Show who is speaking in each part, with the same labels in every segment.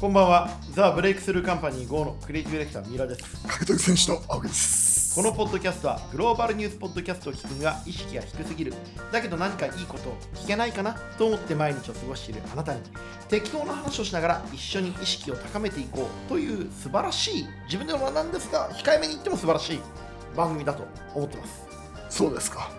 Speaker 1: こんばんは、ザ・ブレイクスルーカンパニー5のクリエイティブディレクター、三浦です。
Speaker 2: 獲得選手の青木です
Speaker 1: このポッドキャストは、グローバルニュースポッドキャストを聞くには意識が低すぎる、だけど何かいいことを聞けないかなと思って毎日を過ごしているあなたに、適当な話をしながら一緒に意識を高めていこうという素晴らしい、自分でもなんですが、控えめに言っても素晴らしい番組だと思ってます。
Speaker 2: そうですか、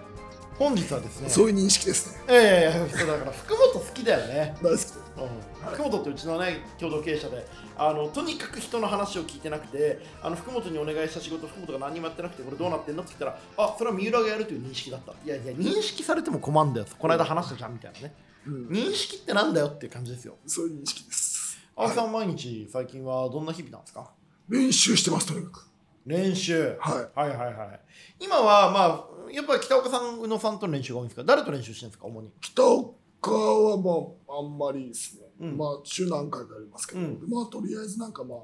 Speaker 1: 本日はですね、
Speaker 2: そういう認識ですね
Speaker 1: ええそうだから福本好きだよね。
Speaker 2: 大好き
Speaker 1: うん福本ってうちのね共同経営者であのとにかく人の話を聞いてなくてあの福本にお願いした仕事福本が何もやってなくてこれどうなってんのって言ったらあそれは三浦がやるという認識だったいやいや認識されても困るんだよこの間話したじゃんみたいなね
Speaker 2: うん、
Speaker 1: 認識ってなんだよっていう感じですよ
Speaker 2: そういう認識です
Speaker 1: 青木さん毎日最近はどんな日々なんですか
Speaker 2: 練習してますとにかく
Speaker 1: 練習
Speaker 2: はい
Speaker 1: はいはいはい今はまあやっぱり北岡さん宇野さんとの練習が多いんですか誰と練習してるんですか主に
Speaker 2: 北岡はまああんまりですね、
Speaker 1: うん
Speaker 2: まあ週何回かありますけど、
Speaker 1: うん
Speaker 2: まあとりあえずなんかまあ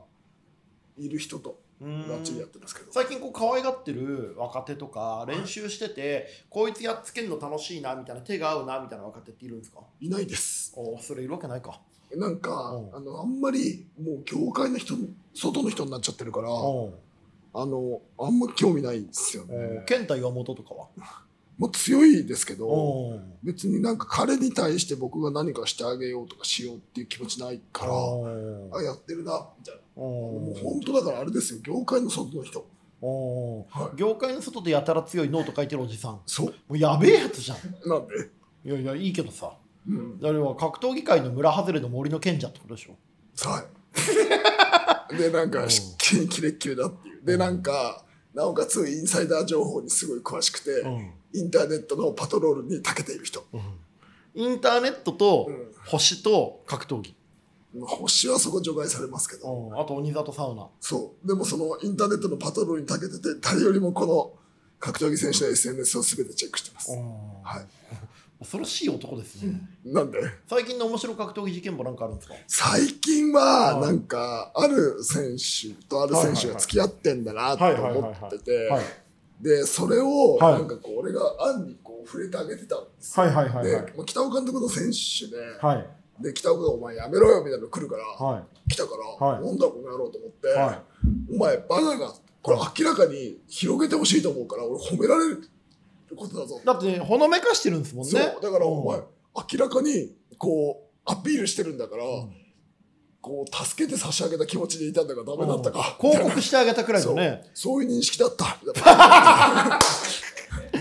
Speaker 2: いる人とがっちりやってますけど、
Speaker 1: 最近こう可愛がってる若手とか練習してて、こいつやっつけるの楽しいなみたいな手が合うなみたいな若手っているんですか
Speaker 2: いないです
Speaker 1: おーそれいるわけないか
Speaker 2: なんか、
Speaker 1: うん
Speaker 2: あのあんまりもう業界の人外の人になっちゃってるから、
Speaker 1: お
Speaker 2: あのあんま興味ないんですよね、
Speaker 1: 健太岩本とかは
Speaker 2: まあ、強いですけど、
Speaker 1: お
Speaker 2: 別になんか彼に対して僕が何かしてあげようとかしようっていう気持ちないから、あやってるなみたいな、もう本当だからあれですよ業界の外の人
Speaker 1: お
Speaker 2: は
Speaker 1: 業界の外でやたら強いノート書いてるおじさんも
Speaker 2: そう
Speaker 1: うやべえやつじゃん
Speaker 2: なんで、
Speaker 1: いやいやいいけどさ
Speaker 2: うん、
Speaker 1: あれは格闘技界の村外れの森の賢者ってことでしょ
Speaker 2: はい でなん
Speaker 1: う
Speaker 2: か
Speaker 1: ん
Speaker 2: しっきりキレッキレだっていうでなんかなおかつインサイダー情報にすごい詳しくて、
Speaker 1: ん、
Speaker 2: インターネットのパトロールに長けている人、
Speaker 1: インターネットと
Speaker 2: うん
Speaker 1: 星と格闘技、
Speaker 2: まあ、星はそこ除外されますけど、
Speaker 1: うん、あと鬼里サウナ
Speaker 2: そう。でもそのインターネットのパトロールに長けてて、誰よりもこの格闘技選手の SNS を全てチェックしてます。は
Speaker 1: 恐ろしい男ですね、
Speaker 2: なんで、
Speaker 1: 最近の面白格闘技事件簿なんかあるんですか
Speaker 2: 最近
Speaker 1: は
Speaker 2: は、
Speaker 1: い
Speaker 2: なんか、ある選手とある選手が付き合ってんだなと思ってて、
Speaker 1: はい、
Speaker 2: で、それを、
Speaker 1: はい
Speaker 2: なんかこう、俺が案にこう、触れてあげてたんです
Speaker 1: はいはいはい
Speaker 2: よ。
Speaker 1: はい
Speaker 2: で、もう北尾監督の選手で、
Speaker 1: はい
Speaker 2: で、北尾がお前やめろよみたいなの来るから、
Speaker 1: は
Speaker 2: 来たか
Speaker 1: は
Speaker 2: ら、
Speaker 1: い
Speaker 2: なんだこの野郎と思って、
Speaker 1: いはい
Speaker 2: お前バカがこれ明らかに広げてほしいと思うから俺褒められることだぞ、
Speaker 1: だってほのめかしてるんですもんね
Speaker 2: そうだからお前
Speaker 1: うん
Speaker 2: 明らかにこうアピールしてるんだから、
Speaker 1: うん
Speaker 2: こう助けて差し上げた気持ちでいたんだからダメだったか、
Speaker 1: うん
Speaker 2: みた
Speaker 1: 広
Speaker 2: いな
Speaker 1: 告してあげたくらいのね
Speaker 2: そうそういう認識だ ったみたいな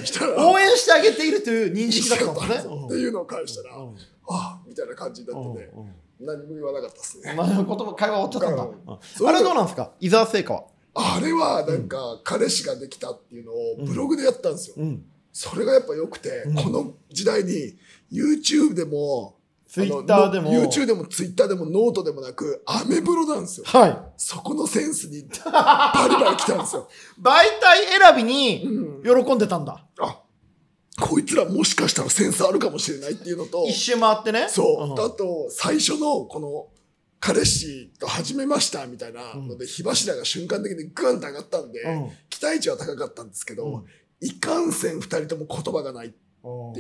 Speaker 2: したら
Speaker 1: 応援してあげているという認識だったんですね
Speaker 2: っ
Speaker 1: う
Speaker 2: て
Speaker 1: ん
Speaker 2: いうのを返したら、
Speaker 1: う
Speaker 2: あ
Speaker 1: ん
Speaker 2: あみたいな感じになってて、
Speaker 1: うん
Speaker 2: 何も言わなかったですね
Speaker 1: まあ言葉会話終わっちゃったんだ、
Speaker 2: うん
Speaker 1: うんあれどうなんですか伊沢聖華は
Speaker 2: あれはなんか彼氏ができたっていうのをブログでやったんですよ、
Speaker 1: うん
Speaker 2: それがやっぱ良くて、
Speaker 1: うん
Speaker 2: この時代に YouTube でも
Speaker 1: ツイッターでも
Speaker 2: あの YouTube でも Twitter でもノートでもなくアメブロなんですよ
Speaker 1: はい
Speaker 2: そこのセンスにバリバリ来たんですよ、
Speaker 1: 媒体選びに
Speaker 2: うん、
Speaker 1: 喜んでたんだ
Speaker 2: あこいつらもしかしたらセンスあるかもしれないっていうのと
Speaker 1: 一周回ってね
Speaker 2: そう、
Speaker 1: ん
Speaker 2: あと最初のこの彼氏と始めましたみたいなので、火柱が瞬間的にグンと上がったんで、
Speaker 1: うん
Speaker 2: 期待値は高かったんですけど、
Speaker 1: うん
Speaker 2: いかんせん2人とも言葉がないっ
Speaker 1: って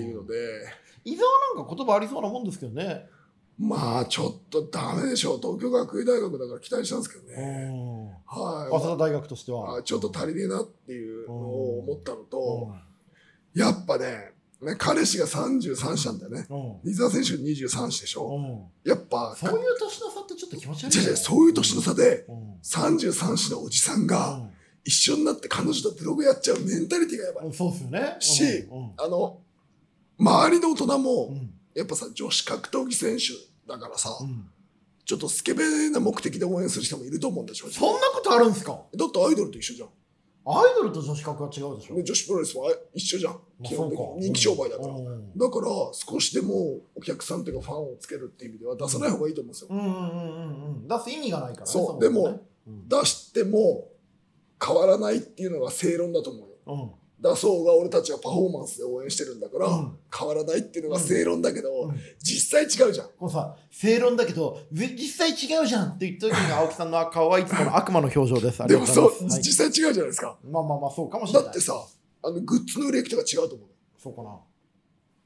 Speaker 2: いうので、
Speaker 1: 伊沢なんか言葉ありそうなもんですけどね、
Speaker 2: まあちょっとダメでしょう東京学院大学だから期待したんですけどね、
Speaker 1: 早稲
Speaker 2: は
Speaker 1: 田大学として
Speaker 2: い、
Speaker 1: は、
Speaker 2: あちょっと足りねえなっていうのを思ったの
Speaker 1: うん
Speaker 2: と、やっぱねね彼氏が33歳なんだよね
Speaker 1: うん
Speaker 2: 伊沢選手23歳でしょ、
Speaker 1: うん
Speaker 2: やっぱ
Speaker 1: そういう年の差ってちょっと気持ち悪い
Speaker 2: じゃ
Speaker 1: よ
Speaker 2: じ
Speaker 1: ね
Speaker 2: ゃそういう年の差で
Speaker 1: うん
Speaker 2: 33歳のおじさんが一緒になって彼女とブログやっちゃうメンタリティがやば
Speaker 1: う
Speaker 2: い
Speaker 1: んそうですよね
Speaker 2: し
Speaker 1: うん
Speaker 2: あの周りの大人
Speaker 1: う
Speaker 2: も
Speaker 1: ん
Speaker 2: やっぱさ女子格闘技選手だからさ、
Speaker 1: うん
Speaker 2: ちょっとスケベな目的で応援する人もいると思うんだしょだ
Speaker 1: そんなことあるんですか
Speaker 2: ってアイドルと一緒じゃん
Speaker 1: アイドルと女子格は違うでしょ、
Speaker 2: ね女子プロレスは一緒じゃん、
Speaker 1: まあ
Speaker 2: 基本的に
Speaker 1: そうか
Speaker 2: 人気商売だから、
Speaker 1: う
Speaker 2: だか
Speaker 1: ん
Speaker 2: ら少しでもお客さんというかファンをつけるっていう意味では出さない方がいいと思うんですよ、
Speaker 1: うんうんうんうん出す意味がないからね
Speaker 2: そう
Speaker 1: もね
Speaker 2: でも
Speaker 1: うん
Speaker 2: 出しても変わらないっていうのが正論だと思うよ
Speaker 1: うん
Speaker 2: 出そうが俺たちはパフォーマンスで応援してるんだから、
Speaker 1: うん
Speaker 2: 変わらないっていうのが正論だけど、
Speaker 1: うん
Speaker 2: 実際違うじゃん
Speaker 1: このさ正論だけどぜ実際違うじゃんって言った時に青木さんの顔はいつもの悪魔の表情ですあり
Speaker 2: で
Speaker 1: が
Speaker 2: も
Speaker 1: と
Speaker 2: そう
Speaker 1: ご
Speaker 2: う、
Speaker 1: ざいます
Speaker 2: 実際違うじゃないですか
Speaker 1: はいまあまあまあそうかもしれな
Speaker 2: だ
Speaker 1: い
Speaker 2: ってさあのグッズの売れ行きとか違うと思う
Speaker 1: そうかな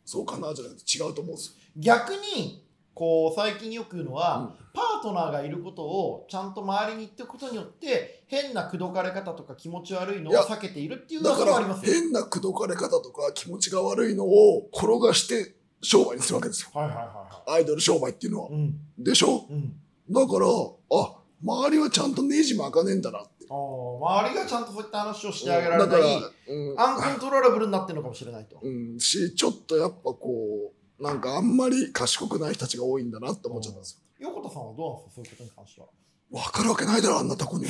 Speaker 2: そうかなじゃなくて違うと思うんですよ
Speaker 1: 逆にこう最近よく言うのは、
Speaker 2: うん
Speaker 1: パートナーがいることをちゃんと周りに言っておくことによって変な口説かれ方とか気持ち悪いのを
Speaker 2: いや
Speaker 1: 避けているっていう
Speaker 2: だ
Speaker 1: の
Speaker 2: か
Speaker 1: もあり
Speaker 2: ら
Speaker 1: ますよ。
Speaker 2: 変な口説かれ方とか気持ちが悪いのを転がして商売にするわけですよ
Speaker 1: はいはいはいは
Speaker 2: アイドル商売っていうのは。
Speaker 1: い。うん
Speaker 2: でしょ
Speaker 1: うん。
Speaker 2: だからあ周りはちゃんとネジも開かねえんだなって。
Speaker 1: あー周りがちゃんとそういった話をしてあげられ
Speaker 2: だ
Speaker 1: な
Speaker 2: か
Speaker 1: い、
Speaker 2: ら、うん
Speaker 1: アンコントローラブルになってるのかもしれないと。
Speaker 2: うん、しちょっとやっぱこうなんかあんまり賢くない人たちが多いんだなって思っちゃったんですよ。
Speaker 1: 横田さんはどうなんですかそういうことに関しては。
Speaker 2: わかるわけないだろあんなタコ に。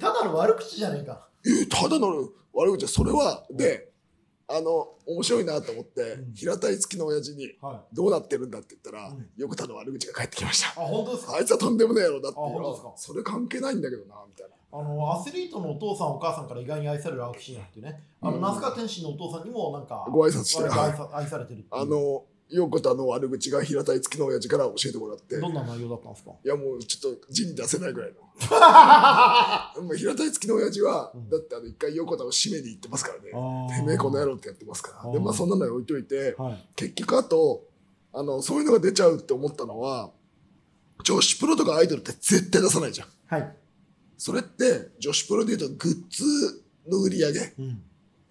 Speaker 1: ただの悪口じゃねえか。
Speaker 2: えただの悪口だそれはであの面白いなと思って、
Speaker 1: うん
Speaker 2: 平たい付きの親父に
Speaker 1: はい。あ、
Speaker 2: 「どうなってるんだ?」って言ったら、
Speaker 1: うん
Speaker 2: よくたの悪口が返ってきました。
Speaker 1: 本当ですか
Speaker 2: あいつはとんでもねえやろだってい
Speaker 1: あ本当です
Speaker 2: う
Speaker 1: か
Speaker 2: それ関係ないんだけどなみたいな
Speaker 1: あのアスリートのお父さんお母さんから意外に愛される青木真也っていうね、あの
Speaker 2: うん
Speaker 1: 那須川天心のお父さんにもなんか
Speaker 2: ご挨拶して
Speaker 1: 我
Speaker 2: る
Speaker 1: 々愛
Speaker 2: はい
Speaker 1: さ愛されてるっていう
Speaker 2: あの横田の悪口が平たい付きの親父から教えてもらって
Speaker 1: どんな内容だったんですか
Speaker 2: いやもうちょっと字に出せない ぐらいのもう平たい付きの親父は、
Speaker 1: うん
Speaker 2: だってあの一回横田を締めに行ってますからねて
Speaker 1: て
Speaker 2: めえこの野郎ってやってますからで
Speaker 1: あー
Speaker 2: まあそんなの置いといて
Speaker 1: はい
Speaker 2: 結局あとあのそういうのが出ちゃうって思ったのは女子プロとかアイドルって絶対出さないじゃん
Speaker 1: はい、
Speaker 2: それって女子プロでいうとグッズの売り上げ
Speaker 1: うん、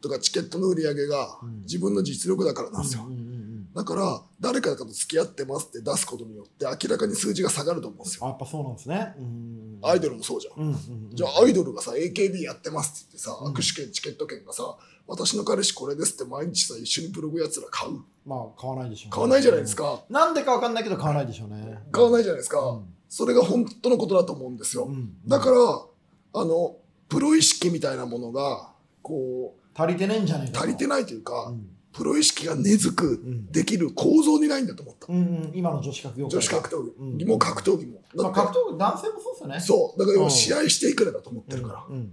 Speaker 2: とかチケットの売り上げが
Speaker 1: うん
Speaker 2: 自分の実力だからなんですよ、
Speaker 1: うんうんうんうん
Speaker 2: だから誰かと付き合ってますって出すことによって明らかに数字が下がると思うんですよ
Speaker 1: あやっぱそうなんですねうん
Speaker 2: アイドルもそうじゃん、
Speaker 1: うんうんうん、
Speaker 2: じゃあアイドルがさ AKB やってますって言ってさ、
Speaker 1: うん
Speaker 2: 握手券チケット券がさ私の彼氏これですって毎日さ一緒にブログやつら買う
Speaker 1: まあ買わないでしょうね、
Speaker 2: 買わないじゃないですか、
Speaker 1: なんでかわかんないけど買わないでしょうね
Speaker 2: 買わ
Speaker 1: い
Speaker 2: ないじゃないですか、それが本当のことだと思うんですよ、だかららあのプロ意識みたいなものがこう
Speaker 1: 足りてねえんじゃねえかと
Speaker 2: 足りてないというか、
Speaker 1: うん
Speaker 2: プロ意識が根付く
Speaker 1: うん
Speaker 2: できる構造にないんだと思った、
Speaker 1: うんうん、今の女子格業界
Speaker 2: 女子格闘技
Speaker 1: うん
Speaker 2: も格闘技も、
Speaker 1: ま
Speaker 2: だ
Speaker 1: あ、
Speaker 2: って
Speaker 1: 格闘技男性もそうですよね
Speaker 2: そうだか
Speaker 1: う
Speaker 2: ら要
Speaker 1: ん
Speaker 2: は試合していくらだと思ってるから、
Speaker 1: うんうん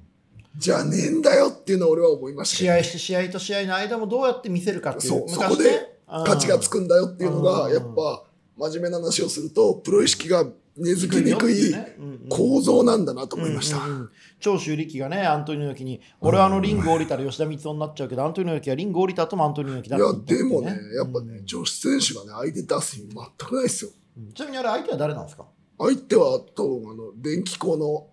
Speaker 2: じゃあねえんだよっていうのは俺は思いました
Speaker 1: 試合して試合と試合の間もどうやって見せるかっていう
Speaker 2: そう
Speaker 1: 昔
Speaker 2: そこで
Speaker 1: ねうん
Speaker 2: 価値がつくんだよっていうの
Speaker 1: う
Speaker 2: が
Speaker 1: ん
Speaker 2: やっぱ真面目な話をするとプロ意識が根付きにくい
Speaker 1: うんうん
Speaker 2: 構造なんだなと思いました、
Speaker 1: うんうんうん長州力がねアントニオ猪木に俺はあのリング降りたら吉田光雄になっちゃうけどアントニオ猪木はリング降りた後もアントニオ猪木だ
Speaker 2: い
Speaker 1: って
Speaker 2: や
Speaker 1: 言ったって
Speaker 2: でもねやっぱ
Speaker 1: う
Speaker 2: ね
Speaker 1: ん
Speaker 2: 女子選手がね相手出す意味全くないですよ
Speaker 1: うんちなみにあれ相手は誰なん ですか
Speaker 2: 相手は多分あの電気工の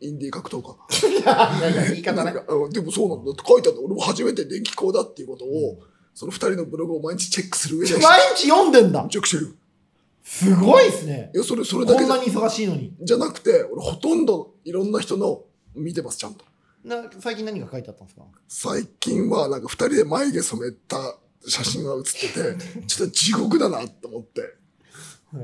Speaker 2: インディー格闘家
Speaker 1: いやいや言い
Speaker 2: なんかあのでもそうなんだって書いてある俺も初めて電気工だっていうことを、
Speaker 1: うん
Speaker 2: その2人のブログを毎日チェックする上で
Speaker 1: 毎日読んでんだ
Speaker 2: めちゃくちゃいる
Speaker 1: すごいですね
Speaker 2: いやそれそれだ
Speaker 1: こ
Speaker 2: け
Speaker 1: ん
Speaker 2: じゃ
Speaker 1: なに忙しいのに
Speaker 2: じゃなくて俺ほとんどいろんな人の見てますちゃんと
Speaker 1: な最近何が書いてあったんですか
Speaker 2: 最近はなんか2人で眉毛染めた写真が 写っててちょっと地獄だなと思って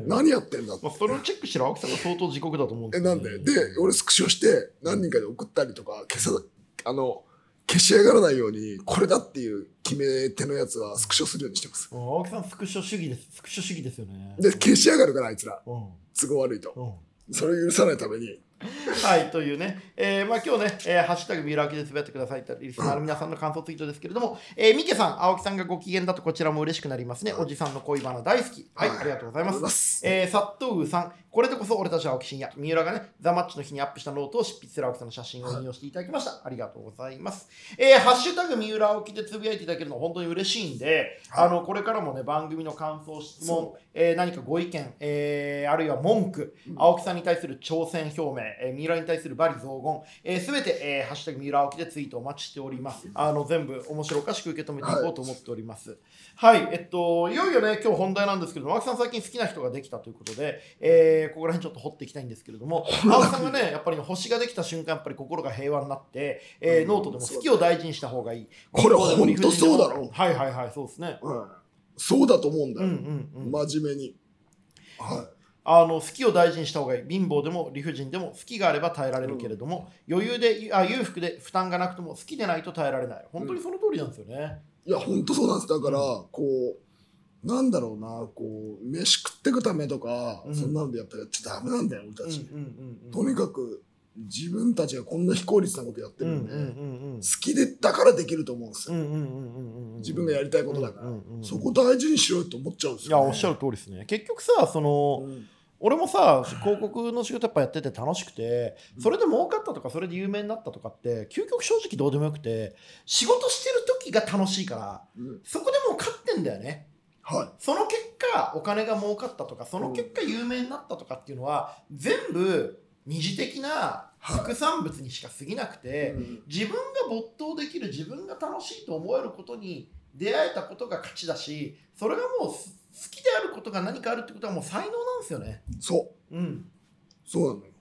Speaker 2: 何やってんだって
Speaker 1: まあ、それをチェックしてる青木さんが相当地獄だと思うん
Speaker 2: え
Speaker 1: けど
Speaker 2: なん
Speaker 1: ね
Speaker 2: でで俺スクショして何人かで送ったりとか消さあの消し上がらないようにこれだっていう決め手のやつはスクショするようにしてます
Speaker 1: うん青木さんスクショ主義ですスクショ主義ですよね
Speaker 2: で消し上がるからあいつら
Speaker 1: うん
Speaker 2: 都合悪いと
Speaker 1: うん
Speaker 2: それを許さないために
Speaker 1: はい、というね、えーまあ、今日ね、えーハッシュタグ三浦明でつぶやってくださいってリスナーの皆さんの感想ツイートですけれども、えー、ミケさん、青木さんがご機嫌だとこちらも嬉しくなりますね。おじさんの恋バナ大好き。はい、ありがとうございます。
Speaker 2: す
Speaker 1: えー、サットウーさん、これでこそ俺たちは青木真也、三浦がね、ザ・マッチの日にアップしたノートを執筆する青木さんの写真を引用していただきました。ありがとうございます。えー、ハッシュタグ三浦青木でつぶやいていただけるの本当に嬉しいんで、
Speaker 2: はい
Speaker 1: あの、これからもね、番組の感想、質問
Speaker 2: そ、
Speaker 1: えー何かご意見、えーあるいは文句、
Speaker 2: うん
Speaker 1: 青木さんに対する挑戦表明、えー三浦に対する罵詈雑言、す、べ、て、えーハッシュタグ三浦青木でツイートお待ちしております。あの、全部面白おかしく受け止めていこうと思っております。はい、えっと、いよいよね、今日本題なんですけれども、青木さん最近好きな人ができたということで、えーここら辺ちょっと掘っていきたいんですけれども、青木さんがね、やっぱり星ができた瞬間、やっぱり心が平和になって、えー
Speaker 2: うん
Speaker 1: ノートでも好きを大事にした方がいい。
Speaker 2: これほんとそうだろ
Speaker 1: はいはいはい、そうですね。
Speaker 2: うんそうだと思うんだ
Speaker 1: うん
Speaker 2: よ、
Speaker 1: うんうん。
Speaker 2: 真面目には
Speaker 1: あの好きを大事にした方がいい貧乏でも理不尽でも好きがあれば耐えられるけれども、余裕であ裕福で負担がなくとも好きでないと耐えられない本当にその通りなんですよね、
Speaker 2: いいやほんとそうなんですだからこうなんだろうなこう飯食ってくためとか、
Speaker 1: うん
Speaker 2: そんなんでやったらやっちゃダメなんだよ俺
Speaker 1: うん
Speaker 2: たち、
Speaker 1: うんうんうん、
Speaker 2: とにかく自分たちがこんな非効率なことやって
Speaker 1: うん
Speaker 2: る
Speaker 1: うん
Speaker 2: んで、
Speaker 1: うんうん
Speaker 2: 好きでだからできると思うんです
Speaker 1: う
Speaker 2: よ、
Speaker 1: んうんうんうんうん
Speaker 2: 自分がやりたいことだから、
Speaker 1: うんうんうん
Speaker 2: そこ大事にしろよって思っちゃうんです
Speaker 1: い
Speaker 2: よ、
Speaker 1: や
Speaker 2: ね、
Speaker 1: おっしゃる通りですね結局さその、
Speaker 2: うん
Speaker 1: 俺もさ広告の仕事やっぱやってて楽しくてそれで儲かったとかそれで有名になったとかって究極正直どうでもよくて仕事してる時が楽しいから
Speaker 2: うん
Speaker 1: そこでもう勝ってんだよね
Speaker 2: は
Speaker 1: その結果お金が儲かったとかその結果有名になったとかっていうのは全部二次的な副産物にしか過ぎなくて自分が没頭できる自分が楽しいと思えることに出会えたことが価値だしそれがもう好きであることが何かあるってことはもう才能なんですよね。
Speaker 2: そう
Speaker 1: うん、
Speaker 2: そうなのよ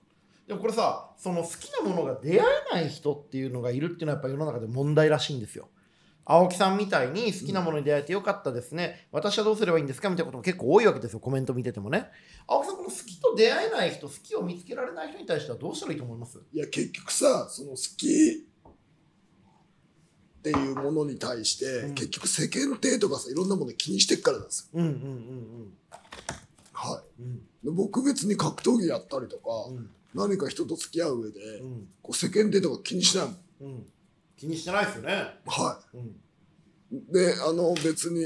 Speaker 1: でもこれさその好きなものが出会えない人っていうのがいるっていうのはやっぱ世の中で問題らしいんですよ。青木さんみたいに好きなものに出会えてよかったですね、私はどうすればいいんですかみたいなことも結構多いわけですよコメント見ててもね青木さんこの好きと出会えない人好きを見つけられない人に対してはどうしたらいいと思います
Speaker 2: いや結局さその好きっていうものに対して、
Speaker 1: ん
Speaker 2: 結局世間体とかさいろんなもの気にしてっからなんですよ
Speaker 1: うんうん
Speaker 2: は
Speaker 1: うんうん
Speaker 2: いで僕別に格闘技やったりとか、
Speaker 1: うん
Speaker 2: 何か人と付き合う上で、
Speaker 1: うん
Speaker 2: こう世間体とか気にしないもん
Speaker 1: うん気にしてないですよね
Speaker 2: は
Speaker 1: うん
Speaker 2: いであの別に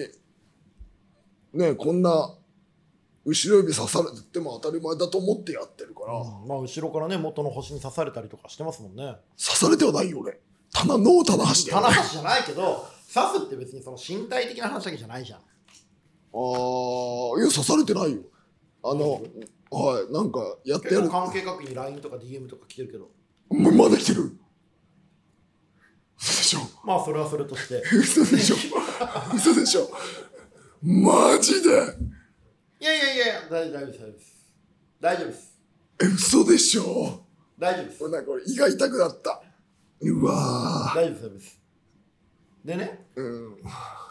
Speaker 2: ねこんな後ろ指刺されてても当たり前だと思ってやってるから、
Speaker 1: まあ後ろからね元の星に刺されたりとかしてますもんね
Speaker 2: 刺されてはないよ俺棚ノー棚橋だ
Speaker 1: 棚
Speaker 2: よ、ね、
Speaker 1: 橋じゃないけど刺すって別にその身体的な話だけじゃないじゃん
Speaker 2: ああいや刺されてないよあの、はいなんかやってや
Speaker 1: 結
Speaker 2: る
Speaker 1: 構関係各位に LINE とか DM とか来てるけど
Speaker 2: もうまだ来てる嘘でしょ
Speaker 1: まあそれはそれとして
Speaker 2: 嘘でしょ嘘でしょマジで
Speaker 1: いやいやいや大丈夫です大丈夫です
Speaker 2: え嘘でしょ
Speaker 1: 大丈夫です
Speaker 2: 俺なんか俺胃が痛くなったうわ
Speaker 1: 大丈夫です大丈夫です大丈夫ですでね
Speaker 2: ーうん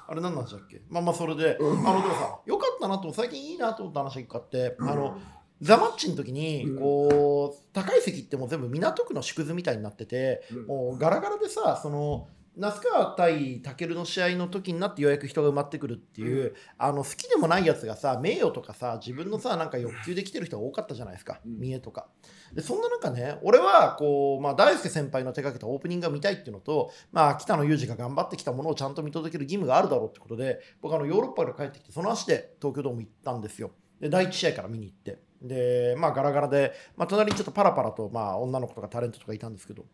Speaker 1: あれ何なんでしたっけまあまあそれで、あのでもさよかったなと思う最近いいなと思った話があって、あのザマッチの時に
Speaker 2: うん
Speaker 1: こう高い席ってもう全部港区の縮図みたいになってて、
Speaker 2: うん
Speaker 1: もうガラガラでさその那須川対武尊の試合の時になってようやく人が埋まってくるっていう、あの好きでもないやつがさ名誉とかさ自分のさなんか欲求できてる人が多かったじゃないですか、
Speaker 2: うん
Speaker 1: 見栄とかでそんな中ね俺はこう、まあ、大輔先輩の手掛けたオープニングが見たいっていうのと、まあ、北野裕二が頑張ってきたものをちゃんと見届ける義務があるだろうってことで僕あのヨーロッパから帰ってきてその足で東京ドーム行ったんですよで第1試合から見に行ってでまあガラガラで、まあ、隣にちょっとパラパラと、まあ、女の子とかタレントとかいたんですけど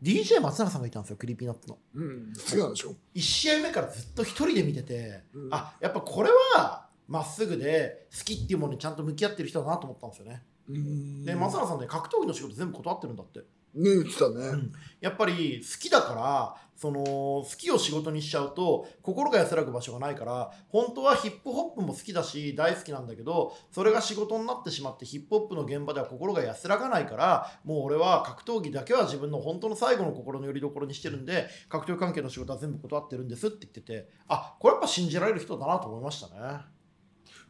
Speaker 1: DJ 松永さんがいたんですよクリーピーナッツの。
Speaker 2: うん違うでしょ
Speaker 1: 1試合目からずっと1人で見てて、
Speaker 2: うん
Speaker 1: あやっぱこれはまっすぐで好きっていうものにちゃんと向き合ってる人だなと思ったんですよね。
Speaker 2: うん
Speaker 1: で松永さんね格闘技の仕事全部断ってるんだって。
Speaker 2: ね言ってたね、
Speaker 1: んやっぱり好きだからその好きを仕事にしちゃうと心が安らぐ場所がないから本当はヒップホップも好きだし大好きなんだけどそれが仕事になってしまってヒップホップの現場では心が安らがないからもう俺は格闘技だけは自分の本当の最後の心の拠り所にしてるんで格闘技関係の仕事は全部断ってるんですって言っててあこれやっぱ信じられる人だなと思いましたね。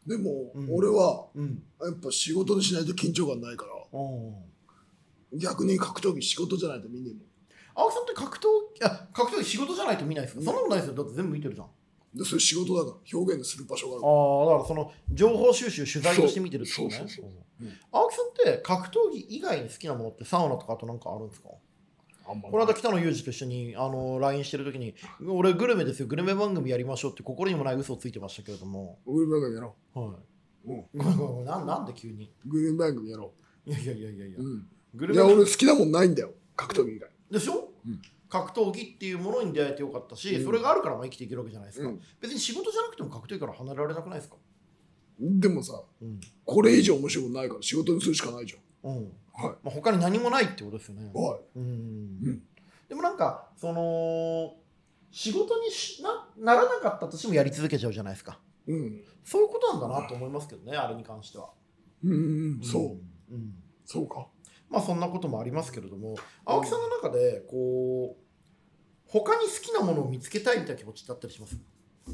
Speaker 2: でも、
Speaker 1: うん
Speaker 2: 俺は
Speaker 1: うん、
Speaker 2: やっぱ仕事にしないと緊張感ないから
Speaker 1: うん
Speaker 2: 逆に格闘技仕事じゃないと見ねえも
Speaker 1: 青木さんって格闘技あ格闘技仕事じゃないと見ないですかそんなことないですよだって全部見てるじゃん。
Speaker 2: んでそれ仕事だから表現する場所がある
Speaker 1: ああだからその情報収集取材をしてみてるってことね
Speaker 2: そうそうそう
Speaker 1: うん
Speaker 2: うん
Speaker 1: 青木さんって格闘技以外に好きなものってサウナとかあとなんかあるんですか
Speaker 2: あんま
Speaker 1: この間北野裕二と一緒にあの LINE してる時に「俺グルメですよグルメ番組やりましょう」って心にもない嘘をついてましたけれども、
Speaker 2: グルメ番組やろ
Speaker 1: は
Speaker 2: う、うん、
Speaker 1: い、ごめんごめんごめんなんなんで急に
Speaker 2: グルメ番組やろ
Speaker 1: いやいやいやいやいや
Speaker 2: う、うん、
Speaker 1: グル
Speaker 2: いや
Speaker 1: メ
Speaker 2: 俺好きなもんないんだよ格闘技以外
Speaker 1: でしょ、
Speaker 2: うん
Speaker 1: 格闘技っていうものに出会えてよかったし、
Speaker 2: うん
Speaker 1: それがあるからまあ生きていけるわけじゃないですか、
Speaker 2: うん
Speaker 1: 別に仕事じゃなくても格闘技から離れられなくないですか、
Speaker 2: でもさ
Speaker 1: うん
Speaker 2: これ以上面白くないから仕事にするしかないじ
Speaker 1: うん
Speaker 2: ゃんはい
Speaker 1: まあ、他に何もないってことですよね
Speaker 2: はい
Speaker 1: うんでもなんかその仕事にしなならなかったとしてもやり続けちゃうじゃないですか
Speaker 2: うん
Speaker 1: そういうことなんだなと思いますけどねあれに関しては、、
Speaker 2: うんそう
Speaker 1: うん、
Speaker 2: そうか
Speaker 1: まあそんなこともありますけれども青木さんの中でこう他に好きなものを見つけたいみたいな気持ちってあったりします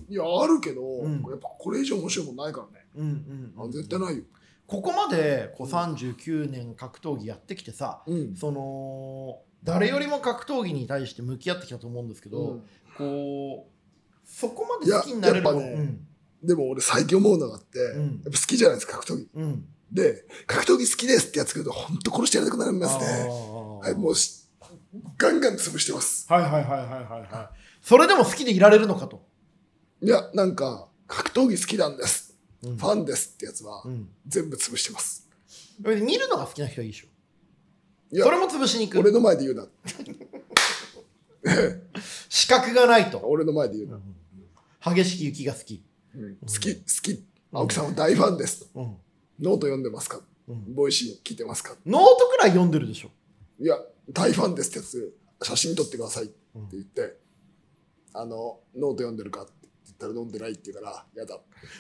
Speaker 2: いやあるけど、
Speaker 1: ん
Speaker 2: やっぱこれ以上面白いもんないからね
Speaker 1: うん
Speaker 2: あ絶対ないよ、
Speaker 1: ここまでこう
Speaker 2: うん
Speaker 1: 39年格闘技やってきてさ
Speaker 2: うん
Speaker 1: その誰よりも格闘技に対して向き合ってきたと思うんですけど、
Speaker 2: うん
Speaker 1: こうそこまで好きになれるもの
Speaker 2: いややっぱねでも俺最近思うのがあって、
Speaker 1: うん
Speaker 2: やっぱ好きじゃないですか格闘技
Speaker 1: うんうん
Speaker 2: で格闘技好きですってやつ来ると本当殺してやりたくなりますね
Speaker 1: あ
Speaker 2: は
Speaker 1: ー
Speaker 2: いもうしガンガン潰してます
Speaker 1: はいはいはいはいはいはいそれでも好きでいられるのかと、
Speaker 2: いやなんか格闘技好きなんです
Speaker 1: うん
Speaker 2: ファンですってやつは
Speaker 1: うん、
Speaker 2: 全部潰してます
Speaker 1: 見るのが好きな人はいいでしょ
Speaker 2: いや
Speaker 1: それも潰しに行
Speaker 2: 俺
Speaker 1: く
Speaker 2: の前で言うな
Speaker 1: 資格がないと、
Speaker 2: 俺の前で言うな、
Speaker 1: 激しき雪が好き、
Speaker 2: うん好き好き青木さんは大ファンです。
Speaker 1: うん
Speaker 2: ノート読んでますか
Speaker 1: うん
Speaker 2: ボイシー聞いてますか
Speaker 1: ノートくらい読んでるでしょ。
Speaker 2: いや、大ファンですってやつ、写真撮ってくださいって
Speaker 1: うん
Speaker 2: 言って、あの、ノート読んでるかって言ったら飲んでないって言うから、やだ。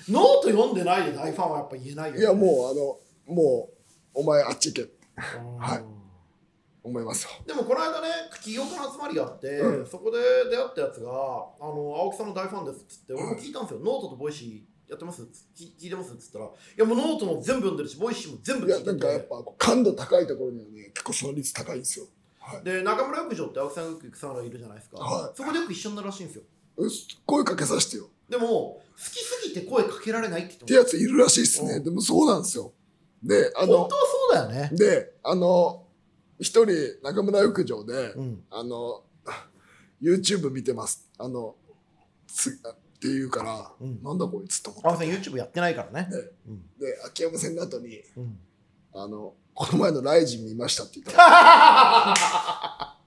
Speaker 1: ノート読んでないで大ファンはやっぱ言えないよ、
Speaker 2: いや、もう、あの、もう、お前あっち行けって
Speaker 1: うん
Speaker 2: はい思いますよ。
Speaker 1: でもこの間ね企業家の集まりがあって、
Speaker 2: うん
Speaker 1: そこで出会ったやつが「あの青木さんの大ファンです」っつって俺も聞いたんですよ「ノートとボイシーやってます?つ」聞聞いてますっつったら「いやもうノートも全部読んでるしボイシーも全部
Speaker 2: いや、
Speaker 1: 聞い
Speaker 2: な
Speaker 1: て
Speaker 2: んかやってぱ、感度高いところにはね、結構その率高いんですよ。はい」。
Speaker 1: で中村浴場って青木さんがよく行くサウナいるじゃないですか、
Speaker 2: はい
Speaker 1: そこでよく一緒になるらしいんですよ
Speaker 2: うっ声かけさせてよ。
Speaker 1: でも好きすぎて声かけられないって言っ
Speaker 2: って
Speaker 1: まし
Speaker 2: てやついるらしいです
Speaker 1: う
Speaker 2: ね。
Speaker 1: ん
Speaker 2: でもそうなんですよ。で、あ
Speaker 1: た本
Speaker 2: の
Speaker 1: 当、はそうだよね、
Speaker 2: で、あの、一人、中村浴場で、
Speaker 1: うん、
Speaker 2: あの、YouTube 見てます。あの、つって言うから、
Speaker 1: うん
Speaker 2: なんだこいつと思
Speaker 1: 青
Speaker 2: っ
Speaker 1: 木さん YouTube やってないからね、
Speaker 2: え
Speaker 1: うん
Speaker 2: て。で、秋山戦の後に、
Speaker 1: うん、
Speaker 2: あの、この前のライジン見ましたって言 ったら、あ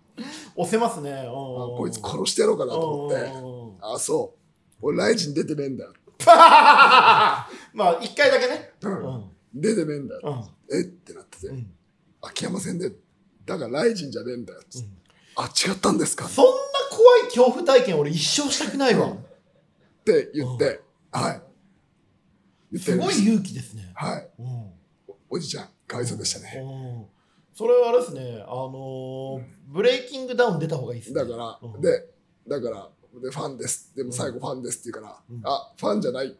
Speaker 1: 押せますねこ
Speaker 2: こいつ殺してやろうかなと思って、あ、そう。俺ライジン出てねえんだよ。
Speaker 1: ま あ一回だけね。うん
Speaker 2: 出てねえんだよ。
Speaker 1: うん
Speaker 2: えってなってて
Speaker 1: う、ん
Speaker 2: 秋山戦で、だからライジンじゃねえんだよ。あ、違ったんですか
Speaker 1: そんな怖い恐怖体験俺一生したくないわ。
Speaker 2: って言って、はい。言っ
Speaker 1: す
Speaker 2: てるん
Speaker 1: ご
Speaker 2: で
Speaker 1: い勇気ですね。
Speaker 2: はい。
Speaker 1: うん
Speaker 2: おおじちゃん、かわいそうでしたね。
Speaker 1: うんそれはあれですね。あのーブレイキングダウン出た方がいいですね。
Speaker 2: だから、
Speaker 1: うん
Speaker 2: で、だから、で、ファンです。でも最後ファンですって言うから、
Speaker 1: うん
Speaker 2: あ、ファンじゃない。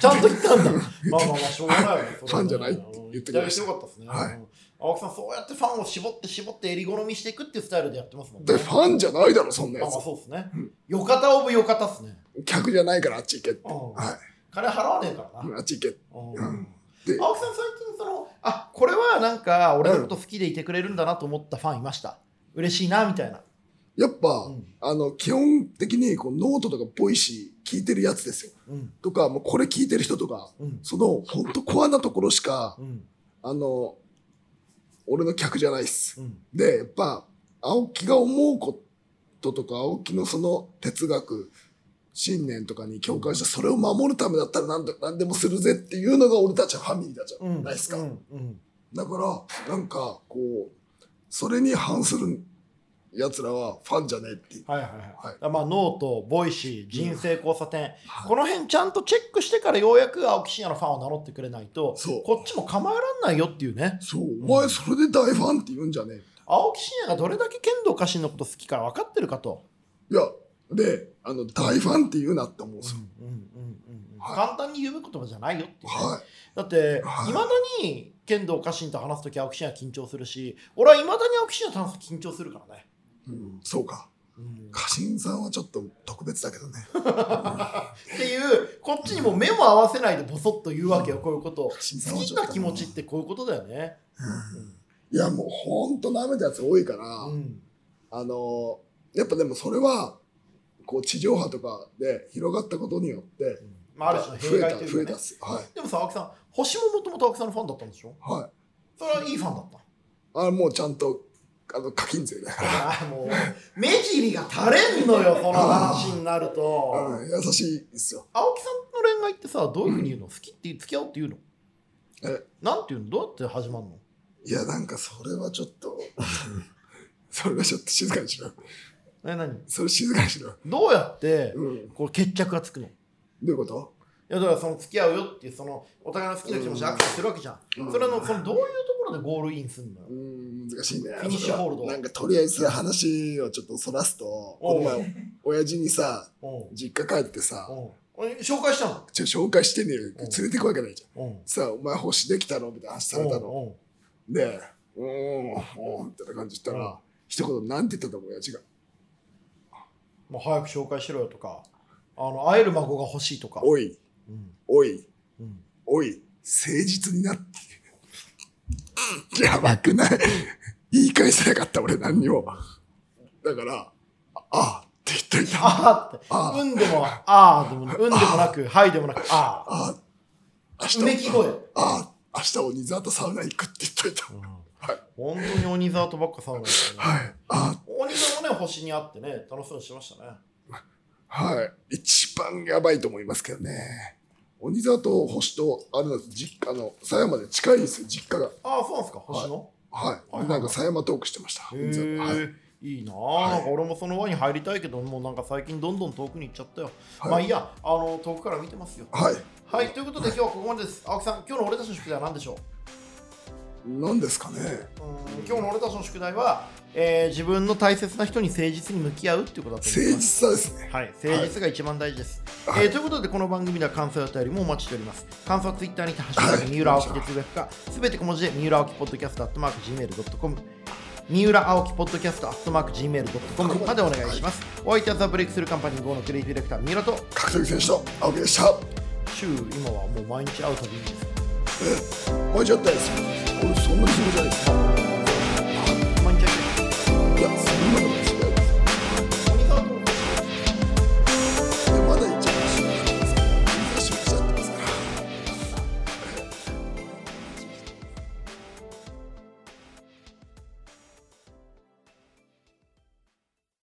Speaker 1: ちゃんと言ったん だ。まあまあまあ、しょうがないよね。
Speaker 2: ファンじゃないって言ってくれました
Speaker 1: よかったですね。
Speaker 2: はい
Speaker 1: うん青木さん、そうやってファンを絞って絞って、襟好みしていくっていうスタイルでやってますもんね。
Speaker 2: で、ファンじゃないだろ、そんな
Speaker 1: あ
Speaker 2: や
Speaker 1: まあ、
Speaker 2: つ。
Speaker 1: そうですね。よかたオブよかたっすね。
Speaker 2: 客じゃないからあっち行けって。
Speaker 1: うん
Speaker 2: は
Speaker 1: 金払わねえから
Speaker 2: い。
Speaker 1: な。
Speaker 2: あっち行け。
Speaker 1: うん
Speaker 2: うんで
Speaker 1: 青木さん、最近その、あこれはなんか、俺のこと好きでいてくれるんだなと思ったファンいました。嬉しいなみたいな。
Speaker 2: やっぱ、
Speaker 1: うん
Speaker 2: あの、基本的にこうノートとかボイシー聞いてるやつですよ。
Speaker 1: うん
Speaker 2: とか、もうこれ聞いてる人とか、
Speaker 1: うん
Speaker 2: その、ほんとコアなところしか
Speaker 1: う、ん
Speaker 2: あの、俺の客じゃないっす。
Speaker 1: うん
Speaker 2: でやっぱ青木が思うこととか青木のその哲学信念とかに共感してそれを守るためだったら何だ何でもするぜっていうのが俺たちはファミリーだじゃ
Speaker 1: うん
Speaker 2: ないですか、
Speaker 1: うんうん
Speaker 2: だからなんかこうそれに反するやつらはファンじゃねえっていう、
Speaker 1: はいはいはい。
Speaker 2: はい
Speaker 1: まあ、ノート、ボイシー、人生交差点、
Speaker 2: はい
Speaker 1: この辺ちゃんとチェックしてからようやく青木真也のファンを名乗ってくれないと
Speaker 2: そう
Speaker 1: こっちも構えらんないよっていうね
Speaker 2: そうお前それで大ファンって言うんじゃね
Speaker 1: 青木真也がどれだけ剣道家臣のこと好きか分かってるかと、
Speaker 2: えいやであの大ファンって言うなって思うんですよ、
Speaker 1: うんうんうんうん
Speaker 2: はい
Speaker 1: 簡単に言う言葉じゃないよっていうね、
Speaker 2: はい
Speaker 1: だって
Speaker 2: はい
Speaker 1: いまだに剣道家臣と話す時青木真也緊張するし俺はいまだに青木真也と話すと緊張するからね、
Speaker 2: うん、そうか
Speaker 1: うん
Speaker 2: 家臣さんはちょっと特別だけどね
Speaker 1: っていうこっちにも目も合わせないでボソッと言うわけよこういうこと
Speaker 2: 家臣さん
Speaker 1: 好
Speaker 2: は
Speaker 1: き
Speaker 2: ちょっ
Speaker 1: な
Speaker 2: と
Speaker 1: 気持ちってこういうことだよね、
Speaker 2: いやもうほんと舐めたやつ多いから、
Speaker 1: うん
Speaker 2: あのやっぱでもそれはこう地上波とかで広がったことによって
Speaker 1: まあ、ある種の
Speaker 2: 増
Speaker 1: 弊
Speaker 2: え
Speaker 1: 害
Speaker 2: た
Speaker 1: という
Speaker 2: 増え
Speaker 1: か
Speaker 2: た
Speaker 1: ね
Speaker 2: っすはい
Speaker 1: でもさ青木さん星ももともと青木さんのファンだったんでしょ
Speaker 2: はい
Speaker 1: それはいいファンだ った
Speaker 2: あもうちゃんとあの課金税だから
Speaker 1: ああもう目尻が垂れんのよこの話になると
Speaker 2: うん優しいですよ
Speaker 1: 青木さんの恋愛ってさどういうふうに言うの好きって付き合おうって言うの
Speaker 2: え
Speaker 1: なんていうのどうやって始まるの
Speaker 2: いやなんかそれはちょっ とそれはちょっと静かにしろ
Speaker 1: え何
Speaker 2: それ静かにしろ、
Speaker 1: どうやって
Speaker 2: うん、ど
Speaker 1: こう決着がつくのいう
Speaker 2: いうこと
Speaker 1: やだからその付き合うよっていうそのお互いの好きな気持ちでアクセスするわけじゃん、
Speaker 2: うん
Speaker 1: それのそのどういうところでゴールインすんのよ、
Speaker 2: うん難しいね
Speaker 1: フィニッシュホールド
Speaker 2: なんかとりあえず話をちょっとそらすとこの前親父にさ
Speaker 1: おう
Speaker 2: 実家帰ってさ
Speaker 1: おうえ紹介したの
Speaker 2: ちょ紹介してねえよ連れてくわけないじゃん
Speaker 1: おう
Speaker 2: さあお前星できたのみたいな話されたの
Speaker 1: おう
Speaker 2: でうーんうーんみたいな感じ言った
Speaker 1: うん
Speaker 2: ら一言なんて言ったと思う親父が
Speaker 1: もう早く紹介しろよとかあの会える孫が欲しいとか、
Speaker 2: おい
Speaker 1: うん
Speaker 2: おい
Speaker 1: うん、
Speaker 2: おい誠実になってやばく ない言い返せなかった俺何にもだからああって言っといたあ
Speaker 1: あーって
Speaker 2: あ
Speaker 1: うんでもああでもうんでもなくはいでもなくああ
Speaker 2: あ
Speaker 1: う
Speaker 2: 明
Speaker 1: め
Speaker 2: 日
Speaker 1: き声、
Speaker 2: ああ明日鬼沢とサウナ行くって言っといたはい
Speaker 1: 本当に鬼沢とばっか騒ぐんですよね、
Speaker 2: はいあ
Speaker 1: 鬼沢もね星にあってね楽しそうにしてましたね
Speaker 2: はい一番やばいと思いますけどね鬼沢と星と、あれなんです、実家の、狭山で近いんですよ、実家が。
Speaker 1: ああ、そうなんですか、星野。
Speaker 2: はい。
Speaker 1: はい
Speaker 2: なんか狭山トークしてました。鬼沢とはい。
Speaker 1: へえ、いいなあ、なんか俺もその輪に入りたいけど、もうなんか最近どんどん遠くに行っちゃったよ。
Speaker 2: はい
Speaker 1: まあいいや、あの遠くから見てますよ。
Speaker 2: はい。
Speaker 1: はい、ということで今日はここまでです。青木さん、今日の俺たちの宿題は何でしょう
Speaker 2: なんですかね。
Speaker 1: うん今日の俺たちの宿題は、えー自分の大切な人に誠実に向き合うっていうことだと
Speaker 2: 誠
Speaker 1: 思い
Speaker 2: 実
Speaker 1: ます。
Speaker 2: さですね。
Speaker 1: はい、誠実が一番大事です、
Speaker 2: はい
Speaker 1: えーということでこの番組では感想やお便りもお待ちしております感想はツイッターにて「ハッシュタ
Speaker 2: はい
Speaker 1: グ三浦青木でつぶやくか」すべて小文字で三浦青木ポッドキャストアットマーク Gmail.com 三浦青木ポッドキャストアットマーク Gmail.com までお願いします、お相手はザ・ブレイクスルーカンパニー GO のクリエイティブディレクター三浦と
Speaker 2: 格闘技選手の青木でした。
Speaker 1: 週今はもう毎日会うとでいいです
Speaker 2: 置いちゃったですよ。俺そんなつもりじゃないです。
Speaker 1: 毎日会うと
Speaker 2: いや、そんなことない。